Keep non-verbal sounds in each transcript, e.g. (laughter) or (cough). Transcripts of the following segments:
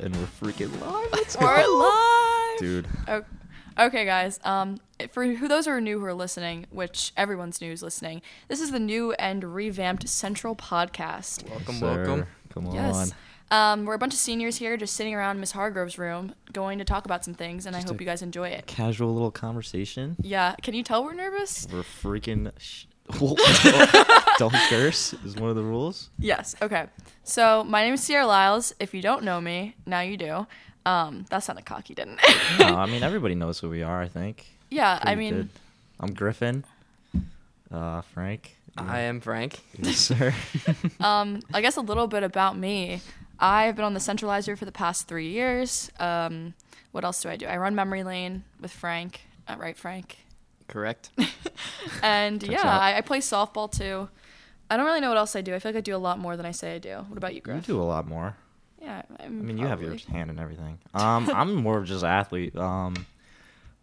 and we're freaking live. (laughs) Let's go. We're live. Dude, O- Okay, guys. Um, for who those who are new who are listening, which everyone's new is listening, this is the new and revamped Central Podcast. Welcome, sir, welcome. Come on. Yes. Um, we're a bunch of seniors here, just sitting around Miss Hargrove's room, going to talk about some things, and I Just hope a- you guys enjoy it. Casual little conversation. Yeah. Can you tell we're nervous? We're freaking. (laughs) Sh- (laughs) Don't curse is one of the rules. Yes. Okay. So my name is Sierra Lyles. If you don't know me, now you do. Um, that sounded cocky, didn't it? No, I mean everybody knows who we are. I think. yeah. I Pretty mean, good. I'm Griffin. Uh, Frank. I am Frank. Yes, sir. (laughs) (laughs) um, I guess a little bit about me. I've been on the centralizer for the past three years. Um, what else do I do? I run Memory Lane with Frank, uh, right, Frank? (laughs) (laughs) Correct. And Checks yeah, out. I, I play softball too. I don't really know what else I do. I feel like I do a lot more than I say I do. What about you, you Griff? do a lot more. Yeah, i I mean, you have your hand in (laughs) everything. Um, I'm more of just athlete. Um,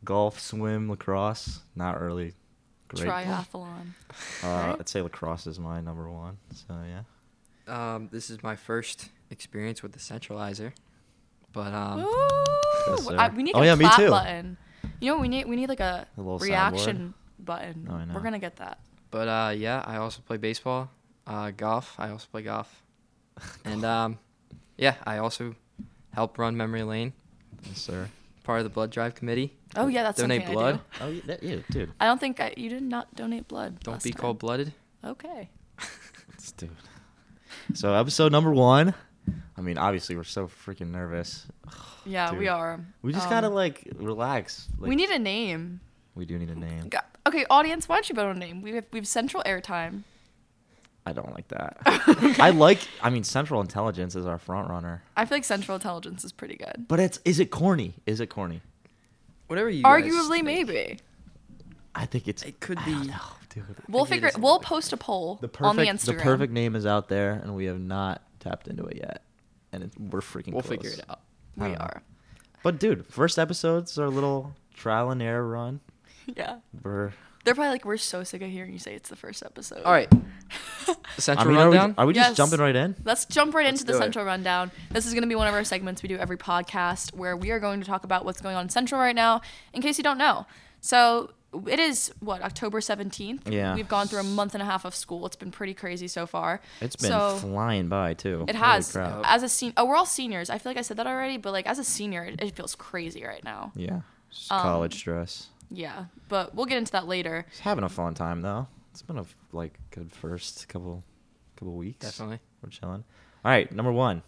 golf, swim, lacrosse. Not really. Great. triathlon. Uh, right? I'd say lacrosse is my number one. So yeah. um, this is my first experience with the centralizer, but um, Ooh, sir. I, we need Oh, a yeah, me clap too. button. You know, what we need we need like a, A little reaction button. Oh, I know. We're gonna get that. but uh, yeah, I also play baseball, uh, golf. I also play golf, and um, yeah, I also help run Memory Lane, Yes, sir. part of the blood drive committee. Oh yeah, that's Donate something I blood. do. Oh, yeah, that, yeah dude. I don't think I, you did not donate blood. Don't last be time. cold blooded. Okay. (laughs) It's- dude. So episode number one. I mean, obviously we're so freaking nervous. Yeah, we Dude. are. We just Um, gotta like relax. Like, we need a name. We do need a name. Go- Okay, audience, why don't you vote on a name? We have we have Central Airtime. I don't like (laughs) that. I like. I mean, Central Intelligence is our front runner. I feel like Central Intelligence is pretty good. But it's is it corny? Is it corny? Whatever you. guys Arguably, think. maybe. I think it's. It could I don't be- know, dude. We'll think it figure. is a we'll little bit post a poll The perfect, on the Instagram. perfect name is out there, and we have not tapped into it yet, and it, we're freaking. We'll close. figure it out. I We don't know. are. But dude, first episode's our little trial and error run. (laughs) Yeah. We're They're probably like, we're so sick of hearing you say it's the first episode. All right. (laughs) I Central mean, are we, rundown. are we Yes. just jumping right in? Let's jump right Let's into the do it. Central Rundown. This is going to be one of our segments we do every podcast where we are going to talk about what's going on in Central right now, in case you don't know. So it is, what, October 17th? Yeah. We've gone through a month and a half of school. It's been pretty crazy so far. It's been so flying by too. It Holy has. crap. As a senior, oh, we're all seniors. I feel like I said that already, but like as a senior, it, it feels crazy right now. Yeah. Just Um, college stress. Yeah. But we'll get into that later. Just having a fun time though. It's been a f- like good first couple couple weeks. Definitely. We're chilling. All right, number one.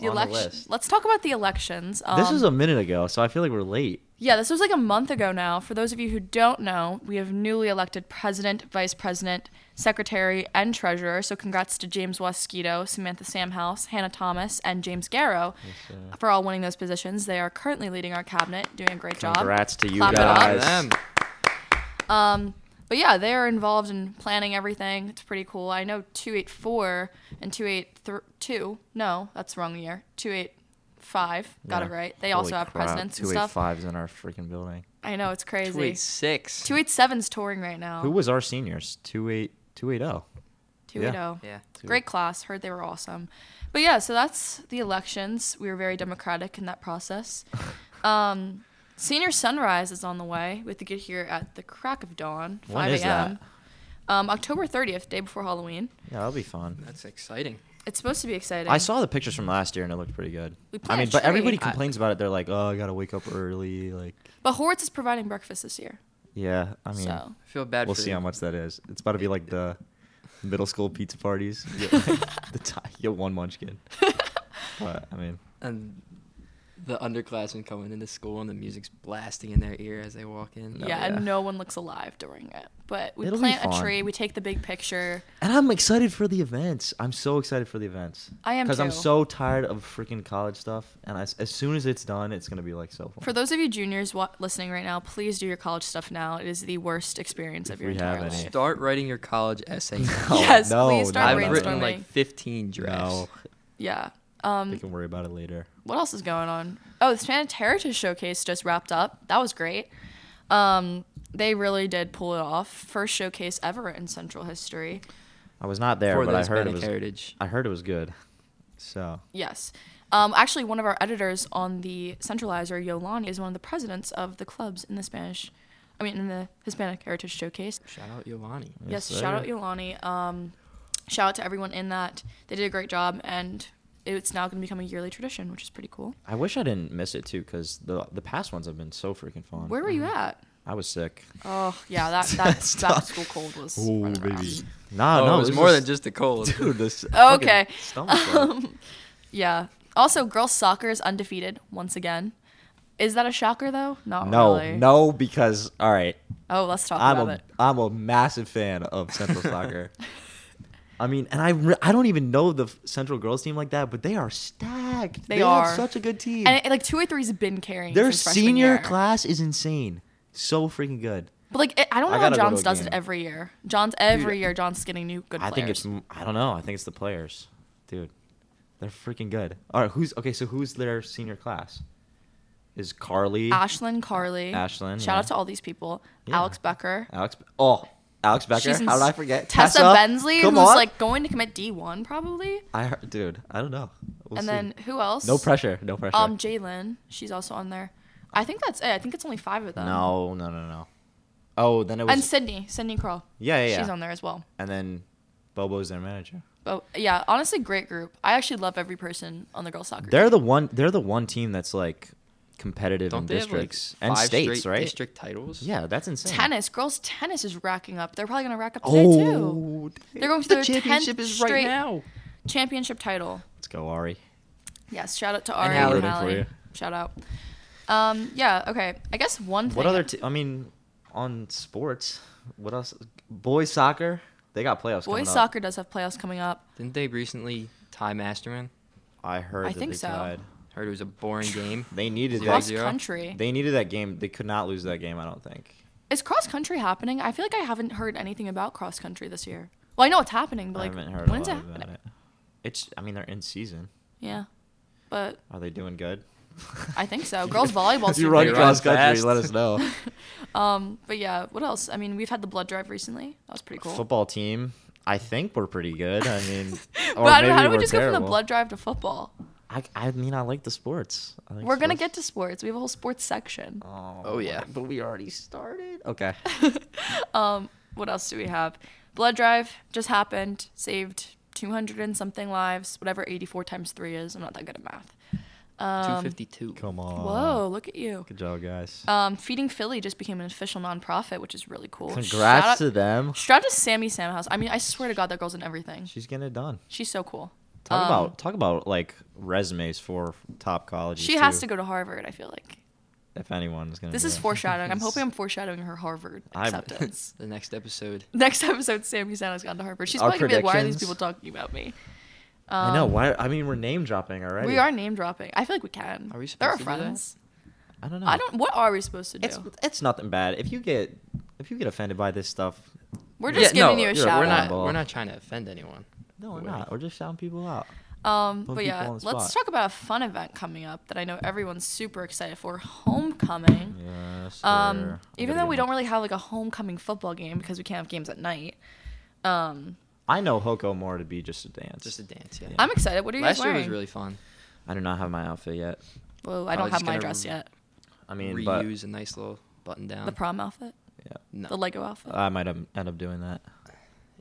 on the list. Let's talk about the elections. Um, this was a minute ago, so I feel like we're late. Yeah, this was like a month ago now. For those of you who don't know, we have newly elected president, vice president, secretary, and treasurer. So congrats to James Wasquito, Samantha Samhouse, Hannah Thomas, and James Garrow for all winning those positions. They are currently leading our cabinet, doing a great job. Congrats to you Clap it up. Um, guys. Them. But yeah, they are involved in planning everything. It's pretty cool. I know 284 and 282. No, that's the wrong year. 285. Got it Yeah. right. They Holy also have crap, presidents and stuff. 285's in our freaking building. I know, it's crazy. Two eight six. 287's touring right now. Who was our seniors? 28 280. 280. Yeah. oh. Great class. Heard they were awesome. But yeah, so that's the elections. We were very democratic in (laughs) that process. um, senior sunrise is on the way. We have to get here at the crack of dawn, 5 When is a.m. Um, October 30th, day before Halloween. Yeah, that'll be fun. That's exciting. It's supposed to be exciting. I saw the pictures from last year and it looked pretty good. We I mean, planted a but everybody tree. complains about it. They're like, "Oh, I gotta wake up early." Like, But Horwitz is providing breakfast this year. (laughs) yeah. I mean, so I feel bad we'll for see the- how much that is. It's about to be like the middle school pizza (laughs) parties. You get, like, the ti- you get one munchkin. But I mean, and the underclassmen coming into school and the music's blasting in their ear as they walk in. No, yeah, yeah. and no one looks alive during it. But we It'll be plant a fun. tree, we take the big picture. and I'm excited for the events. I'm so excited for the events. I am because I'm too. so tired of freaking college stuff. And I, as soon as it's done, it's gonna be like so fun. For those of you juniors wa- listening right now, please do your college stuff now. It is the worst experience of If your we entire have any. life. Start writing your college essay. now. (laughs) No, (laughs) yes, no, please start I've no, no, written brainstorming. like 15 drafts. no, yeah. we Um, can worry about it later. what else is going on? Oh, the Spanish Heritage Showcase just wrapped up. That was great. Um, they really did pull it off. First showcase ever in Central history. I was not there, For but the I heard it Hispanic was. heritage. I heard it was good. So Yes. Um, actually, one of our editors on the Centralizer, Yolani, is one of the presidents of the clubs in the Spanish, I mean, in the Hispanic Heritage Showcase. Shout out Yolani. Yes, sir. shout out Yolani. Um, shout out to everyone in that. They did a great job, and it's now going to become a yearly tradition, which is pretty cool. I wish I didn't miss it too, because the the past ones have been so freaking fun. Where were you at? I was sick. Oh, (laughs) yeah, that that, that school cold was. running around. (laughs) Nah, oh, no, it was more than just the cold. (laughs) dude. This (laughs) Okay. (laughs) Um, fucking stomach (laughs) bug. Yeah. Also, girls soccer is undefeated once again. Is that a shocker though? Not no, really. no, because all right, Oh, let's talk I'm about a it. am a massive fan of Central Soccer. I mean, and I re- I don't even know the f- Central girls team like that, but they are stacked. (laughs) They have are. such a good team. And it, like two or three's been carrying Their since freshman senior year. class is insane. So freaking good. But like, it, I don't I know how gotta go to Johns a does game. it every year. Johns every year, Johns is getting new good I players. think it's m- I don't know. I think it's the players, dude. They're freaking good. All right, who's okay? So who's their senior class? Is Carly Ashlyn Carley. Ashlyn, Shout yeah. out to all these people. Yeah. Alex Becker. Alex? Oh, Alex Becker. She's in How did I s- forget? Tessa, Bensley, Come who's on. like going to commit D one probably. I heard, dude. I don't know. We'll and see. then who else? no pressure. No pressure. Um, Jalen. She's also on there. I think that's it. I think it's only five of them. no, no, no, no. Oh, then it was and Sydney, Sydney Kroll. yeah, yeah, yeah. She's on there as well. And then Bobo's their manager. But yeah, honestly, great group. I actually love every person on the girls' soccer. They're team. the one. They're the one team that's like competitive Don't in they have like districts and five states, straight right? District titles. Yeah, that's insane. tennis. Girls' tennis is racking up. They're probably gonna rack up today Oh, too. They're going for The their championship 10th is right straight now. championship title. let's go, Ari. Yes, shout out to Ari Hallie. and Rooting for Hallie. you. Shout out. Um, yeah. Okay. I guess one. Thing, What other? T- um, I mean, on sports, what else? Boys soccer. They got playoffs. coming boys up. soccer does have playoffs coming up. Didn't they recently tie Masterman? I heard. I that think they so. tied. Heard it was a boring game. (laughs) They needed Zero, that. Cross zero. country. They needed that game. They could not lose that game. I don't think. is cross country happening? I feel like I haven't heard anything about cross country this year. Well, I know it's happening, but I like, haven't heard a when lot is it about happening? it. It's. I mean, they're in season. Yeah. But (laughs) Are they doing good? (laughs) I think so. (laughs) Girls volleyball If team you run They run cross country, fast. let us know. um, but yeah, what else? I mean, we've had the blood drive recently. That was (laughs) pretty cool. Football team. I think we're pretty good. I (laughs) mean, or but I don't maybe know, how do we we're just go from terrible. the blood drive to football? I, I mean, I like the sports. I like We're gonna sports. get to sports. We have a whole sports section. Oh, Oh, yeah. but we already started. (laughs) Okay. Um, what else do we have? Blood drive just happened. Saved 200 and something lives. Whatever 84 times three is. I'm not that good at math. Um, 252. Come on. Whoa, look at you. Good job, guys. Um, Feeding Philly just became an official nonprofit, which is really cool. Congrats Shout out- to them. Shout out to Sammy Samhouse. I mean, I swear to God, that girl's in everything. She's getting it done. She's so cool. Talk Um, about talk about like resumes for top colleges. She has too, to go to Harvard. I feel like If anyone's gonna. this do is it. (laughs) foreshadowing. I'm hoping I'm foreshadowing her Harvard I'm- (laughs) acceptance. The next episode. Next episode, Sammy Santa's gone to Harvard. She's Our probably gonna be like, "Why are these people predictions? talking about me?" Um, I know. Why? I mean, we're name dropping already. We are name dropping. I feel like we can. Are we They're supposed our to do that? friends. I don't know. I don't. What are we supposed to do? It's it's nothing bad. If you get if you get offended by this stuff, we're Yeah, just no, giving you a you're- shout We're out. not, Ball. we're not trying to offend anyone. no, we're Wait. not. We're just shouting people out. Um, Put but people yeah, on the let's spot. talk about a fun event coming up that I know everyone's super excited for: homecoming. Yes. Um, even though we don't really have like a homecoming football game because we can't have games at night. Um, I know Hoko more to be just a dance. Just a dance, yeah. Yeah. I'm excited. What are you Last guys year wearing? was really fun. I do not have my outfit yet. Whoa, I I don't was have just my Oh, gonna dress re- yet. I mean, but Reuse a nice little button down. The prom outfit, yeah, No. Um, the Lego outfit. I might have- end up doing that.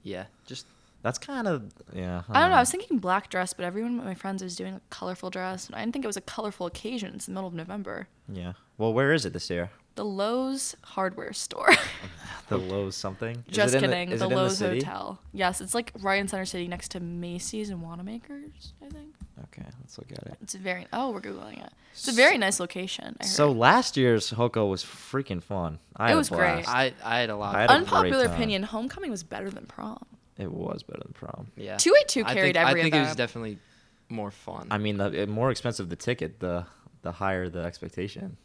yeah, just That's kind of yeah. uh, I don't know. I was thinking black dress, but everyone, my friends, was doing a colorful dress, and I didn't think it was a colorful occasion. It's the middle of November. Yeah. Well, where is it this year? The Lowe's hardware store. (laughs) (laughs) The Lowe's something. Is Just it in kidding. is the it in Lowe's city? Hotel. Yes, it's like right in Center City, next to Macy's and Wanamaker's. I think Okay, let's look at it. it's a very. Oh, we're googling it. It's a very nice location. I heard. So last year's Hoko was freaking fun. I It had a was great. blast. uh, I I had a lot. I of had a fun. great Unpopular time. opinion: Homecoming was better than prom. It was better than prom. yeah. 282 I carried think, every I think it was event. definitely more fun. I mean, the it- more expensive the ticket, the the higher the expectation.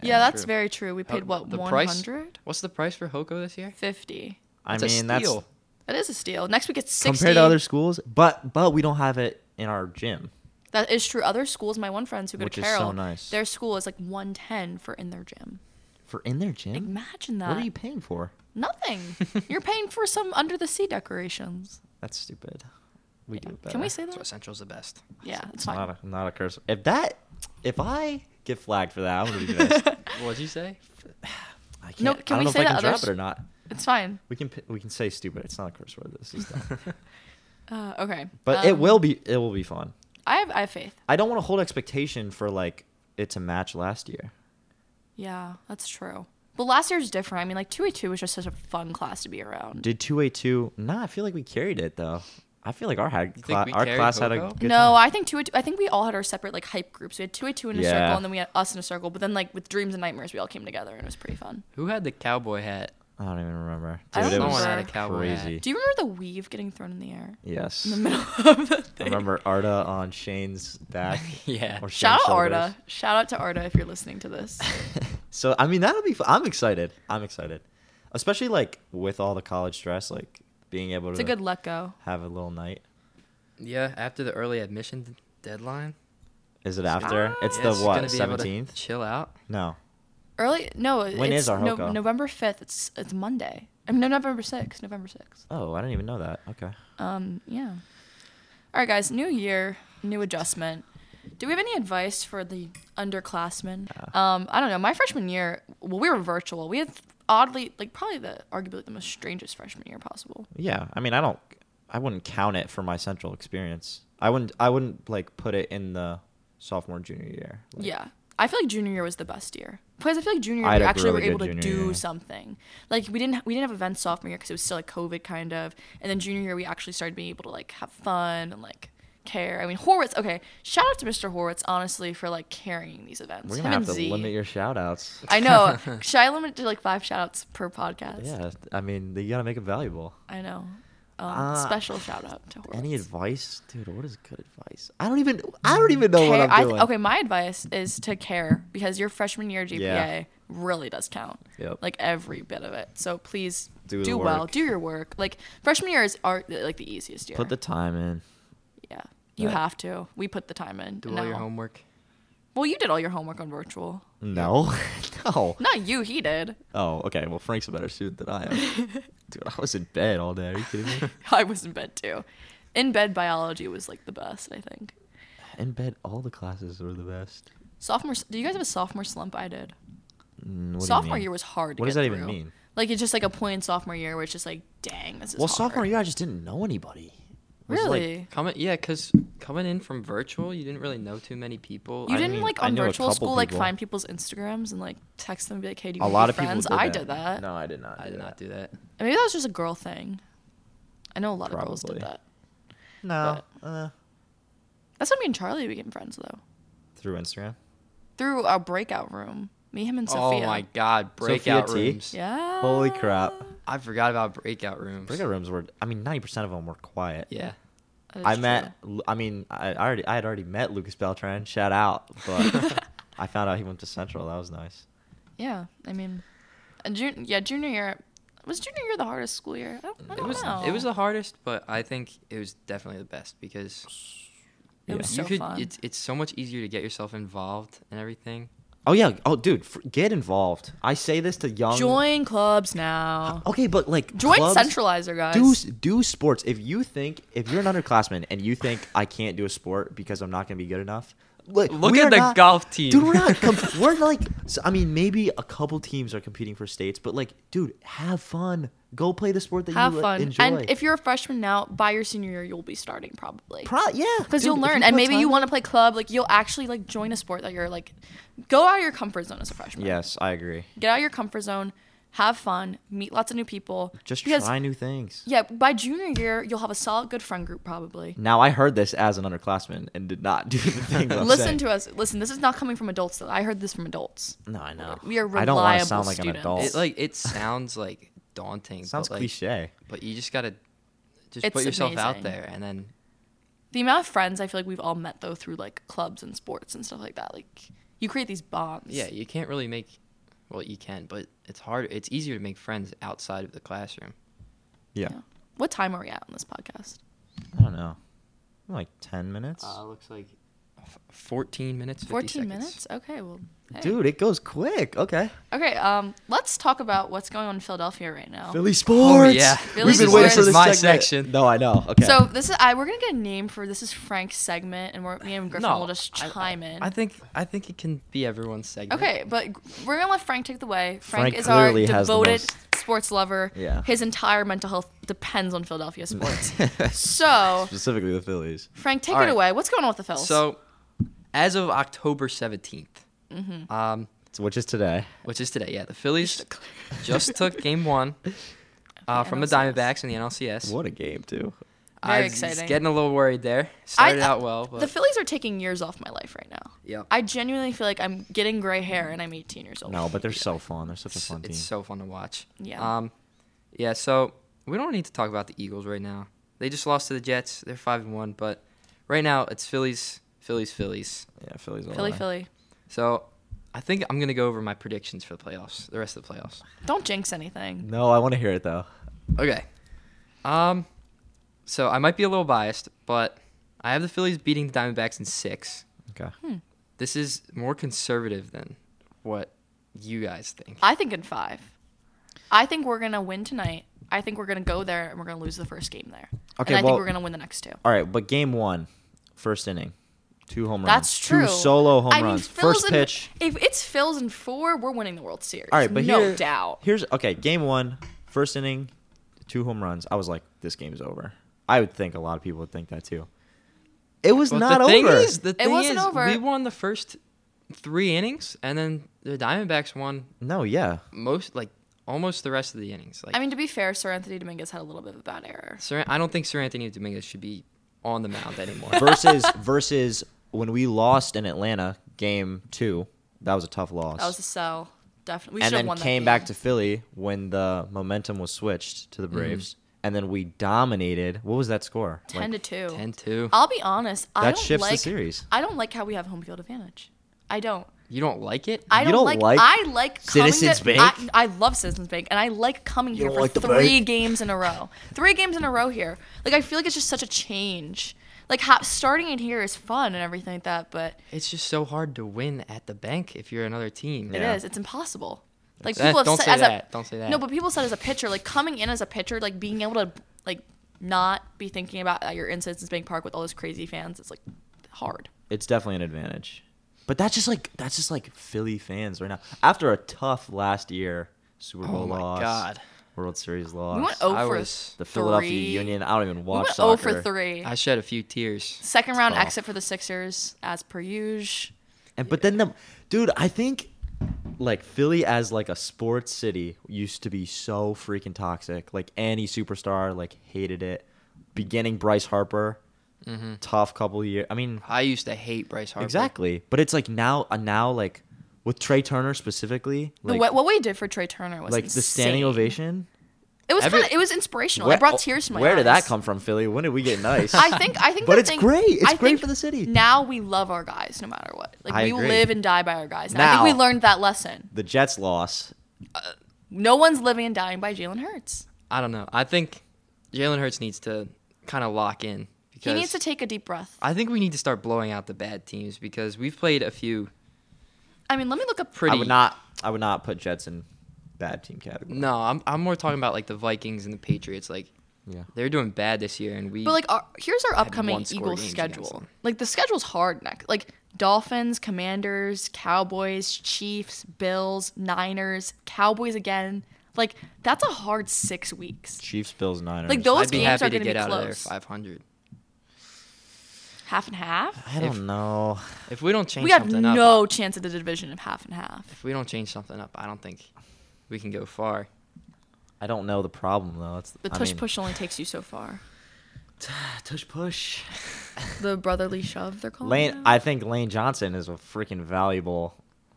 Yeah, that's true. Uh, very true. We paid what the one price? hundred What's the price for Hoko this year? fifty. I It's a mean, steal. That is a steal. Next week it's that's sixty. compared to other schools, but but we don't have it in our gym. That is true. Other schools, my one friends who go Which to is so Carroll, nice. their school is like one ten for in their gym. For in their gym, Imagine that. what are you paying for? (laughs) Nothing. You're paying for some under the sea decorations. That's stupid. We do it better. Can we say So that? essential's the best. Yeah, it's Not fine. a, not a curse. If that, if I get flagged for that, I'm gonna be (laughs) pissed. What'd you say? I can't. No, I can don't we know say if I the can drop others? it or not. It's fine. We can pi- we can say stupid. It's not a curse word. This is dumb. (laughs) Uh, okay. but it Um, will be it will be fun. I have I have faith. I don't want to hold expectation for like it's a match last year. Yeah, that's true. But last year's different. I mean, like 2A2 was just such a fun class to be around. Did two eight two? Nah, I feel like we carried it though. I feel like our had You think cla- we our carried class had a Coco? good no, time. I think 2A2, I think we all had our separate like hype groups. We had 2A2 in a Yeah. circle and then we had us in a circle. But then like with dreams and nightmares, we all came together and it was pretty fun. (laughs) Who had the cowboy (laughs) hat? I don't even remember. I Dude, don't it was Someone had a cowboy hat. crazy. Do you remember the weave getting thrown in the air Yes. in the middle (laughs) of the I thing? (laughs) remember Arda on Shane's back. (laughs) Yeah. or Shout Shane's out shoulders. Arda. Shout out to Arda if you're listening (laughs) to this. so I mean that'll be. Fun. I'm excited. I'm excited, especially like with all the college stress, like being able It's to a good let go. have a little night. Yeah, after the early admission d- deadline. Is it It's gonna- Ah, after? it's yeah, the just gonna what? be able to Seventeenth? Chill out. No. Early no, When it's is our no, Hoka? November 5th. It's it's Monday. I mean, no, November 6th, November 6th. Oh, I didn't even know that. Okay. Um, yeah. All right, guys. New year, new adjustment. Do we have any advice for the underclassmen? Um, I don't know. My freshman year, well, we were virtual. We had oddly, like, probably the arguably the most strangest freshman year possible. Yeah. I mean, I don't. I wouldn't count it for my central experience. I wouldn't. I wouldn't like put it in the sophomore and junior year. Like, Yeah. I feel like junior year was the best year because I feel like junior I had year we a actually really were able good to junior do year. something. Like we didn't we didn't have events sophomore year because it was still like COVID kind of, and then junior year we actually started being able to like have fun and like care. I mean Horwitz. Okay, shout out to Mr. Horwitz honestly for like carrying these events. We're Him gonna have and to Z. limit your shout outs. I know. (laughs) (laughs) Should I limit it to like five shout outs per podcast? Yeah. I mean, you gotta make it valuable. I know. Um, Uh, special shout out to Horwitz. Any advice, dude? What is good advice? I don't even. I don't even know what Mm, Care- I'm I th- doing. okay, my advice is to care because your freshman year GPA Yeah. really does count. Yep. Like every bit of it. So please Do do, the well, work. do your work. Like freshman year is are like the easiest year. Put the time in. yeah. You Right. have to. We put the time in. Do no. all your homework. Well, you did all your homework on virtual. No. (laughs) no. Not you, he did. Oh, okay. Well, Frank's a better student than I (laughs) am. Dude, I was in bed all day. Are you kidding me? I was in bed too. In bed biology was like the best, I think. In bed, all the classes were the best. Sophomore do you guys have a sophomore slump? I did. Mm, what do you sophomore mean? year was hard to What does get that even through. mean? Like it's just like a point in sophomore year where it's just like, dang, this is Well, hard. sophomore year, I just didn't know anybody. It was like- Really? Coming, yeah, because coming in from virtual, you didn't really know too many people. You I didn't mean, like I on knew a virtual couple school like people. find people's Instagrams and like text them and be like, hey, do you a wanna lot be of people. friends? Did I that. did that. No, I did not. I did not do that. And Maybe that was just a girl thing. I know a lot of girls did Probably. that. No. uh, That's when me and Charlie became friends though. through Instagram. Through our breakout room. Me, him, and Oh Sophia. my God, breakout T? rooms. Yeah. Holy crap! I forgot about breakout rooms. Breakout rooms were. I mean, ninety percent of them were quiet. Yeah. That is I true. met. Lu- I mean, I I already. I had already met Lucas Beltran. Shout out! (laughs) But I found out he went to Central. That was nice. Yeah. I mean and jun- yeah, junior year was junior year the hardest school year? I don't, I It don't was know. it was the hardest, but I think it was definitely the best because It was you so could fun. it's it's so much easier to get yourself involved and everything. Oh yeah. Oh dude, f- get involved. I say this to young. Join clubs now. Okay, but like Join clubs- Centralizer guys. Do s- do sports. If you think if you're an underclassman and you think I can't do a sport because I'm not going to be good enough, like, Look we at are the not- golf team. dude. We're (laughs) not. comp- we're like. So, I mean, maybe a couple teams are competing for states, but like, dude, have fun. Go play the sport that Have you uh, fun. enjoy. And if you're a freshman now, by your senior year you'll be starting probably. Pro- yeah, because you'll dude, if learn you and put maybe time you in- want to play club like you'll actually like join a sport that you're like go out of your comfort zone as a freshman Yes, I agree. get out of your comfort zone have fun meet lots of new people Just because try new things. yeah by junior year you'll have a solid good friend group probably Now I heard this as an underclassman and did not do the things. I'm (laughs) listen saying. to us listen this is not coming from adults though i heard this from adults No, I know. We are I don't wanna reliable sound like students. an adult. It like it sounds like daunting. Oh. sounds but, like, cliche. But you just gotta just It's put yourself out amazing. there and then the amount of friends i feel like we've all met though through like clubs and sports and stuff like that like you create these bonds yeah, you can't really make well you can, but it's hard it's easier to make friends outside of the classroom. Yeah. what time are we at on this podcast Uh, I don't know. Uh, Like ten minutes. looks like f- 14 minutes. 50 14 seconds. minutes? Okay, well. hey. Dude, it goes quick. Okay. Okay, um, let's talk about what's going on in Philadelphia right now. Philly sports. yeah. Oh, Philly sports is my segment. section. No, I know. Okay. So this is I we're gonna get a name for this is Frank's segment, and we're, me and Griffin will just I- I- chime in. I think I think it can be everyone's segment. okay, but g- we're gonna let Frank take the way. Frank Frank, is our clearly has the devoted most- sports lover. Yeah. His entire mental health depends on Philadelphia (laughs) sports. so Specifically the Phillies. Frank, take All it right. away. What's going on with the Phils? So, as of October 17th, Mm-hmm. um, So, which is today. which is today, yeah, the Phillies (laughs) just took (laughs) Game One uh, from the NLCS. Diamondbacks in the NLCS. What a game, too. Very I was exciting. Getting a little worried there. Started I- out well, but the Phillies are taking years off my life right now. yeah, I genuinely feel like I'm getting gray hair and I'm 18 years old. No, but they're so fun. They're such a it's, fun team. it's so fun to watch. Yeah. Um, yeah. So we don't need to talk about the Eagles right now. They just lost to the Jets. They're five and one, but right now it's Phillies, Phillies, Phillies. yeah, Phillies all Philly, the way. Philly, So I think I'm gonna go over my predictions for the playoffs, the rest of the playoffs. don't jinx anything. No, I want to hear it, though. Okay. Um, so I might be a little biased, but I have the Phillies beating the Diamondbacks in six. Okay. Hmm. This is more conservative than what you guys think. I think in five. I think we're gonna win tonight. I think we're gonna go there and we're gonna lose the first game there. Okay, and I well- think we're gonna win the next two. All right, but game one, first inning, two home That's runs, true. two solo home I mean, runs, Phil's first in- pitch. If it's Phil's in four, we're winning the World Series. All right, but no here- doubt. Here's okay. Game one, first inning, two home runs. I was like, this game's over. I would think a lot of people would think that too. It was But not the thing over. Is, the thing wasn't is, over. We won the first three innings, and then the Diamondbacks won no, yeah, most, like almost the rest of the innings. Like, I mean, to be fair, Sir Anthony Dominguez had a little bit of a bad error. Sir, I don't think Sir Anthony Dominguez should be on the mound anymore. (laughs) versus versus when we lost in Atlanta, game two, that was a tough loss. That was a sell. Definitely, we should and have then won. came that back game. to Philly when the momentum was switched to the Mm-hmm. Braves, and then we dominated. What was that score? ten Like, to two. 10-2. I'll be honest. I That don't shifts the like, series. I don't like how we have home field advantage. I don't. You don't like it? I You don't, don't like, like I like coming Citizens to, Bank? I, I love Citizens Bank, and I like coming here don't for like the three bank? games in a row. Three games in a row here. Like I feel like it's just such a change. Like ha- starting in here is fun and everything like that, but It's just so hard to win at the bank if you're another team. Yeah. it is. It's impossible. Like Eh, people have don't said say as that. a don't say that. no, but people said as a pitcher, like coming in as a pitcher, like being able to like not be thinking about that you're in Citizens Bank Park with all those crazy fans. It's like hard. it's definitely an advantage. But that's just like that's just like Philly fans right now. After a tough last year Super Bowl oh my loss, god. World Series loss, We went 0 I for was- the Philadelphia three. Union. I don't even We watch went 0 soccer. for three. I shed a few tears. Second round Tough. exit for the Sixers, as per usual. And but then the dude, I think like Philly as like a sports city used to be so freaking toxic. Like any superstar like hated it. Beginning Bryce Harper, tough couple years. I mean, Mm-hmm. I used to hate Bryce Harper. exactly. But it's like now, uh, now like with Trey Turner specifically, The like what, what we did for Trey Turner was like the standing insane. ovation. It was Every- kind of it was inspirational. it brought tears to my Where eyes. did that come from, Philly? When did we get nice? (laughs) I think I think. But the it's thing- great. It's I great think for the city. Now we love our guys, no matter what. Like I we agree. live and die by our guys. And I think Now- we learned that lesson. the Jets loss. No one's living and dying by Jalen Hurts. I don't know. I think Jalen Hurts needs to kind of lock in because He needs to take a deep breath. I think we need to start blowing out the bad teams because we've played a few I mean, let me look up. pretty. I would not. I would not put Jets in bad team category. No, I'm I'm more talking about like the Vikings and the Patriots. Like Yeah. they're doing bad this year, and we. But like, our, here's our upcoming one score Eagles games against schedule. them. Like the schedule's hard next. Like Dolphins, Commanders, Cowboys, Chiefs, Bills, Niners, Cowboys again. Like that's a hard six weeks. Chiefs, Bills, Niners. Like those I'd be games happy are to going to get be out of there close. 500. half and half. I don't if- know. If we don't change We have something no up, chance at the division of half and half. if we don't change something up, I don't think we can go far. I don't know the problem though. It's The I tush mean- push only takes you so far. (sighs) Tush push. (laughs) The brotherly shove, they're calling. it Lane. now. I think Lane Johnson is a freaking valuable.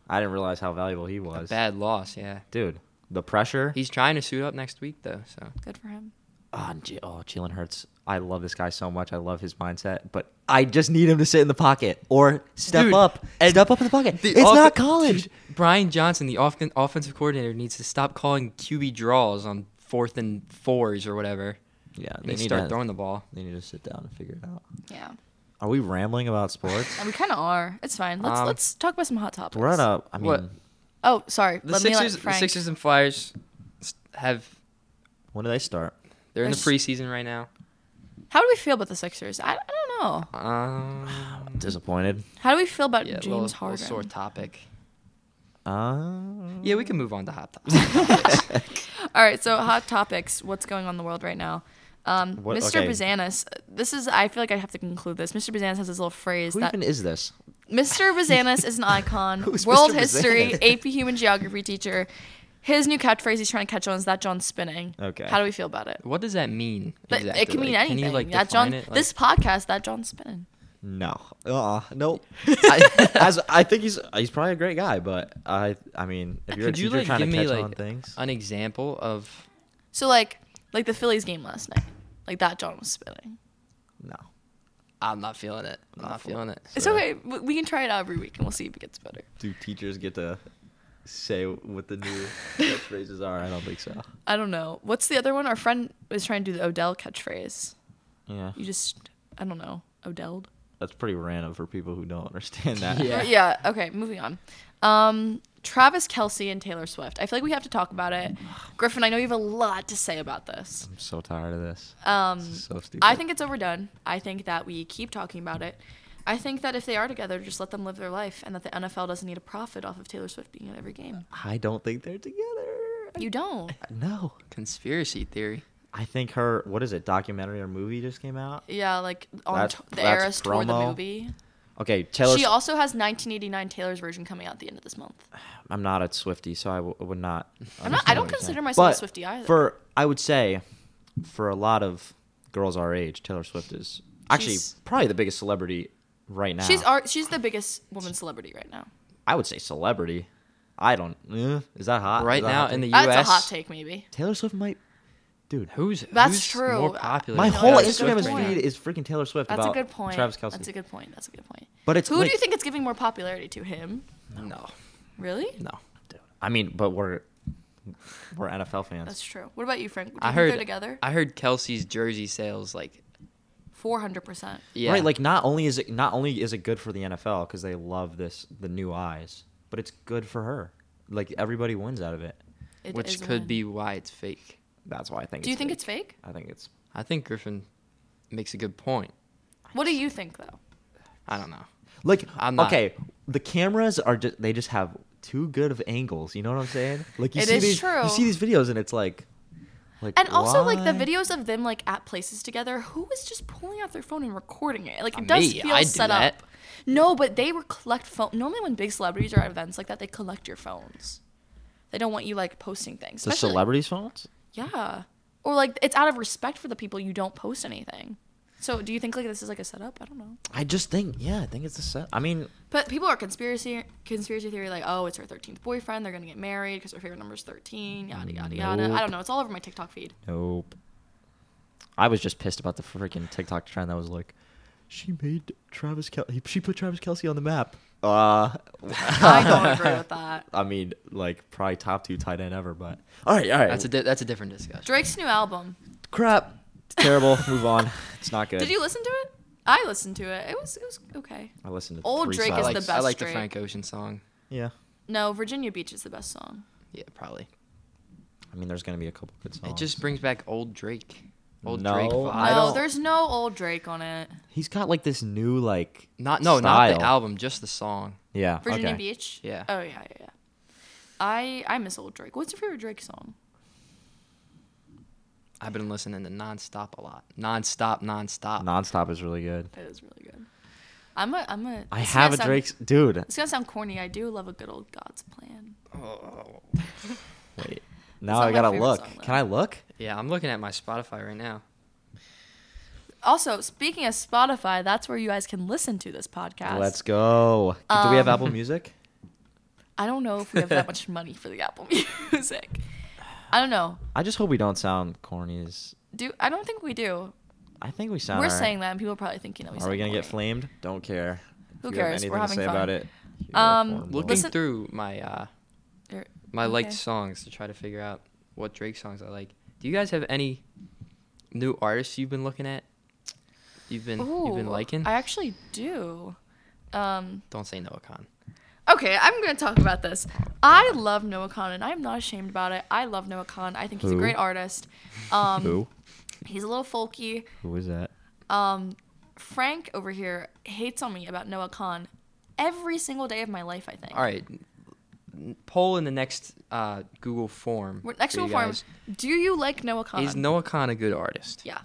I didn't realize how valuable he A was. bad loss, yeah. Dude, the pressure. He's trying to suit up next week though, so Good for him. Oh, J- oh, Jalen Hurts. I love this guy so much. I love his mindset, but I just need him to sit in the pocket or step Dude, up. Step up in the pocket. The it's offe- not college. Dude, Brian Johnson, the off- offensive coordinator, needs to stop calling QB draws on fourth and fours or whatever. Yeah, They they needs need to start to throwing the ball. They need to sit down and figure it out. Yeah. Are we rambling about sports? And (laughs) we kind of are. It's fine. Let's Um, let's talk about some hot topics. We're on a. I mean, What? Oh, sorry. The Let me Sixers, let the Frank. Sixers and Flyers s- have when did I start? (sighs) they're in the There's- preseason right now. How do we feel about the Sixers? I, I don't know. Um, (sighs) Disappointed. How do we feel about yeah, James little, little Harden? Mm. sore topic. (laughs) Uh, Yeah, we can move on (laughs) to hot topics. (laughs) All right, so hot topics. What's going on in the world right now? Um, What- Mr. okay. Bazanis, this is. I feel like I have to conclude this. Mr. Bazanis has this little phrase who that even is this? (laughs) Mr. (laughs) Bazanis is an icon, Who's world Mr. history, Bazanis? AP (laughs) Human Geography teacher. His new catchphrase he's trying to catch on is that John's spinning. Okay. How do we feel about it? what does that mean? But exactly? it can mean Like, anything. Can you like that define John, it? Like, this podcast, that John's spinning. No. Uh. uh (laughs) Nope. I, as I think he's he's probably a great guy, but I I mean, Uh, if you're a Uh, could teacher you like trying give to me catch like on things, an example of? So like, like the Phillies game last night, like that John was spinning. no. I'm not feeling it. I'm not feeling it. It's So- okay. We we can try it out every week, and we'll see if it gets better. Do teachers get to say what the (laughs) new catchphrases are? I don't think so. I don't know. What's the other one? Our friend was trying to do the Odell catchphrase. Yeah, You just, I don't know, Odelled. that's pretty random for people who don't understand that. Yeah. Uh, yeah. Okay. Moving on. Um, Travis Kelsey and Taylor Swift. I feel like we have to talk about it. Griffin, I know you have a lot to say about this. I'm so tired of this. Um, This is so stupid. I think it's overdone. I think that we keep talking about it. I think that if they are together, just let them live their life, and that the NFL doesn't need to profit off of Taylor Swift being at every game. I don't think they're together. You don't. No. Conspiracy theory. I think her what is it documentary or movie just came out. Yeah, like on That's- to- the that's Eras tour, the promo. movie. Okay, Taylor. she also has 1989 Taylor's version coming out at the end of this (sighs) month. I'm not a Swifty, so I w- would not. I'm not- I understand what don't you're saying. consider myself a But Swiftie either. For I would say, for a lot of girls our age, Taylor Swift is actually She's- probably the biggest celebrity right now. She's our, she's the biggest woman celebrity right now. I would say celebrity. I don't. eh, is that hot? Right now in the U.S. That's a hot take, maybe. Taylor Swift might. Dude, Who's That's who's true. More popular. my I than know, whole Taylor that's a good Instagram Swift right feed now? is freaking Taylor Swift That's a about good point. Travis Kelsey. That's a good point. That's a good point. But it's who like- do you think it's giving more popularity to him? No, Really? no. Dude, I mean, but we're we're NFL fans. That's true. What about you, Frank? Do you I think heard they're together. I heard Kelsey's jersey sales like Four hundred percent. yeah, Right, like not only is it not only is it good for the NFL because they love this the new eyes, but it's good for her. Like everybody wins out of it. which could be why it's fake. That's why I think. Do you think it's fake? I think it's. I think Griffin makes a good point. What do you think though? I don't know. Like I'm not- okay, the cameras are just they just have too good of angles. You know what I'm (laughs) saying? Like you It see is these true. you see these videos and it's like, like And also, like the why? videos of them like at places together, who is just pulling out their phone and recording it? Like it Not does Uh, me. feel I'd do set that. up. No, but they were collect phone. Normally, when big celebrities are at events like that, they collect your phones. They don't want you like posting things. The Especially- celebrities' phones. Yeah. Or like it's out of respect for the people you don't post anything. So do you think like this is like a setup? I don't know. I just think yeah, I think it's a set. I mean, But people are conspiracy conspiracy theory like oh it's her thirteenth boyfriend they're gonna get married because her favorite number is thirteen yada yada yada. I Nope. don't know. It's all over my TikTok feed. Nope. I was just pissed about the freaking TikTok trend that was like, she made Travis Kelsey. She put Travis Kelsey on the map. (laughs) Uh, I don't agree with that. (laughs) I mean, like probably top two tight end ever. But all right, all right. That's a di- that's a different discussion. Drake's new album. crap. It's terrible. Move on. It's not good. Did you listen to it? I listened to it. It was it was okay. I listened to Old three Drake I is songs. like, the I best like the Drake. Frank Ocean song. Yeah. No, Virginia Beach is the best song. Yeah, probably. I mean, there's gonna be a couple good songs. It just brings back old Drake. Old Oh, No, Drake I no, vibes. don't- there's no old Drake on it. He's got like this new like. Not no, not style. the album, just the song. Yeah. Virginia Ah, okay. Beach. Yeah. Oh yeah, yeah, yeah. I I miss old Drake. What's your favorite Drake song? I've been listening to nonstop a lot. Nonstop, nonstop. Nonstop is really good. It is really good. I'm a I'm a. I it's have gonna a sound- Drake's dude. It's gonna sound corny. I do love a good old God's plan. Oh. Wait. Now not I my gotta favorite look. song, though. Can I look? Yeah, I'm looking at my Spotify right now. Also, speaking of Spotify, that's where you guys can listen to this podcast. Let's go. Do we have Um, Apple Music? I don't know if we have that much money for the Apple (laughs) Music. I don't know. I just hope we don't sound corny. As, Do I don't think we do. I think we sound. We're alright. saying that, and people are probably thinking that we. Are we sound gonna get corny. flamed? Don't care. Who If you have cares? anything We're to having say fun. about it. you're Um, cornball. Looking Listen- through my uh You're- my liked okay. songs to try to figure out what Drake songs I like. Do you guys have any new artists you've been looking at? you've been you've been Ooh, liking? I actually do. Um, Don't say Noah Khan. okay, I'm going to talk about this. I love Noah Khan, and I'm not ashamed about it. I love Noah Khan. I think he's Who? a great artist. Um, Who? He's a little folky. Who is that? Um, Frank over here hates on me about Noah Khan every single day of my life, I think. All right. N- Poll in the next uh, Google form. We're- Next for you Google Form. guys. Do you like Noah Khan? Is Noah Khan a good artist? yeah.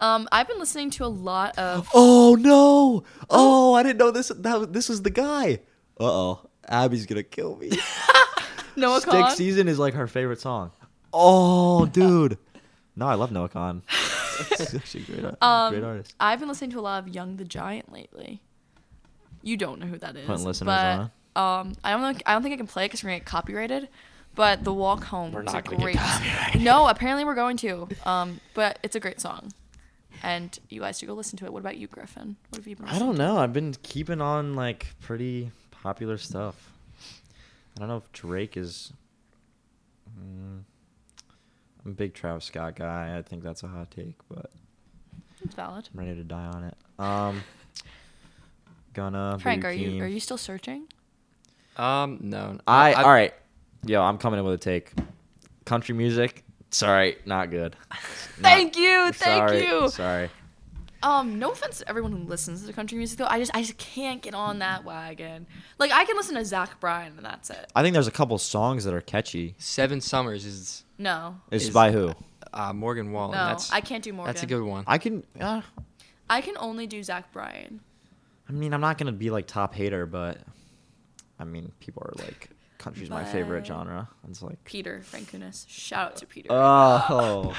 Um, I've been listening to a lot of. Oh no! Oh, I didn't know this. That was- this was the guy. Uh oh, Abby's gonna kill me. (laughs) Noah Stick Khan? season is like her favorite song. (laughs) Oh, dude. No, I love Noah Khan. She's a great, Um, great artist. I've been listening to a lot of Young the Giant lately. You don't know who that is. Putting listeners but, Um, I don't know. I don't think I can play it because we're gonna get copyrighted. But the walk home We're is not a gonna great. get copyrighted. no, apparently we're going to. Um, but it's a great song, and you guys should go listen to it. What about you, Griffin? What have you been? I listening don't know. I've been keeping on like pretty popular stuff. I don't know if Drake is. Mm, I'm a big Travis Scott guy. I think that's a hot take, but to? It's valid. I'm ready to die on it. Um, gonna. Frank, BB are you King. are you still searching? Um, no. I all right. Yo, I'm coming in with a take. Country music. Sorry, not good. (laughs) Thank you, thank sorry, you. Sorry. Um, no offense to everyone who listens to country music though. I just I just can't get on that wagon. Like I can listen to Zach Bryan and that's it. I think there's a couple songs that are catchy. Seven Summers is No. It's Is- by who? uh, Morgan Wallen. No, that's, I can't do Morgan. That's a good one. I can. Uh, I can only do Zach Bryan. I mean, I'm not gonna be like top hater, but I mean, people are like, country's my favorite But- genre. It's like, Peter Frankunas. Shout out to Peter. oh,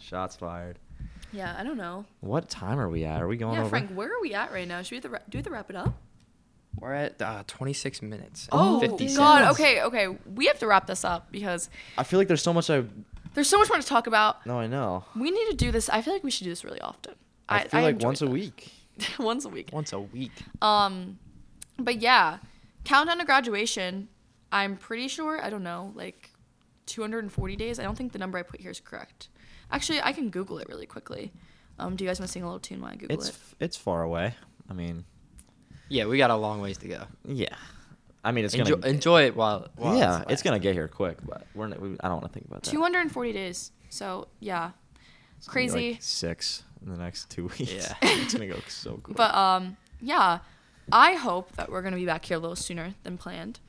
shots fired. (laughs) yeah, I don't know. What time are we at? Are we going yeah, over? Frank, where are we at right now? Should we the, ra- do the wrap it up? We're at uh, 26 minutes. and Oh 50 God. seconds. Okay, okay. We have to wrap this up because I feel like there's so much I. there's so much more to talk about. No, I know. We need to do this. I feel like we should do this really often. I, feel like enjoy once a that. week. (laughs) once a week. Once a week. Um, but yeah, countdown to graduation. I'm pretty sure. I don't know, like 240 days. I don't think the number I put here is correct. Actually, I can Google it really quickly. Um, do you guys want to sing a little tune while I Google It's it? it's far away. I mean, Yeah, we got a long ways to go. yeah. I mean, it's enjoy, gonna. enjoy it while. while yeah, it it's lasts. gonna get here quick, but we're. n- We, I don't want to think about that. 240 days. So yeah, It's gonna be, crazy. like, six in the next two (laughs) weeks. Yeah. it's gonna go so quick. But um, yeah, I hope that we're gonna be back here a little sooner than planned.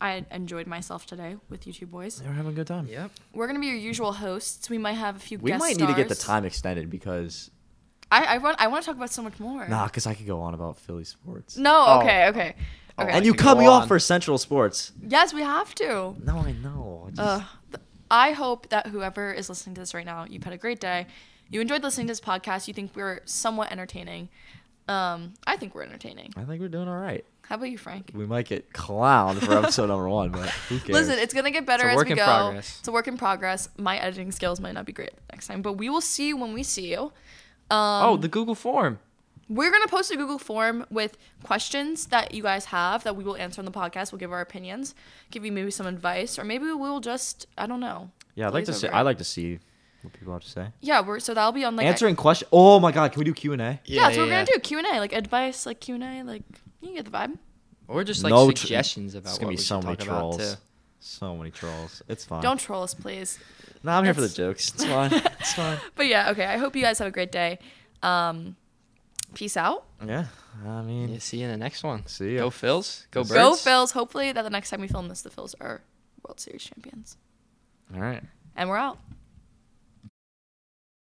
I enjoyed myself today with you two boys. They were having a good time. Yep. We're gonna be your usual hosts. We might have a few. We guest might need to get the stars. time extended because I I want I want to talk about so much more. Nah, because I could go on about Philly sports. No, Oh. okay, okay. Oh, Okay. I and you could cut go me off on. for Central Sports. yes, we have to. No, I know. I just- Ugh. Th- I hope that whoever is listening to this right now, you've had a great day. You enjoyed listening to this podcast. You think we're somewhat entertaining. Um, I think we're entertaining. I think we're doing all right. How about you, Frank? We might get clowned for episode number one, but (laughs) who cares? Listen, it's gonna get better as It's a work we in go. progress. It's a work in progress. My editing skills might not be great next time, but we will see you when we see you. Um, oh, the Google form. We're gonna post a Google form with questions that you guys have that we will answer on the podcast. We'll give our opinions, give you maybe some advice, or maybe we'll just I don't know. yeah, I'd like to glaze see. over I it. like to see what people have to say. Yeah, we're so that'll be on like Answering question. Oh my God, can we do Q and A? yeah, so we're gonna do Q and A, like advice, like Q and A, like you get the vibe. Or just like No tr- suggestions about It's what gonna be we so should many talk about, trolls. too. So many trolls. It's fine. Don't troll us, please. No, I'm here for the It's- jokes. (laughs) It's fine. It's fine. But yeah, okay. I hope you guys have a great day. Um, peace out. Yeah, I mean, Yeah, see you in the next one. See ya. Go Phils. Go Birds. Go Go Phils. Hopefully that the next time we film this, the Phils are World Series champions, all right. and we're out.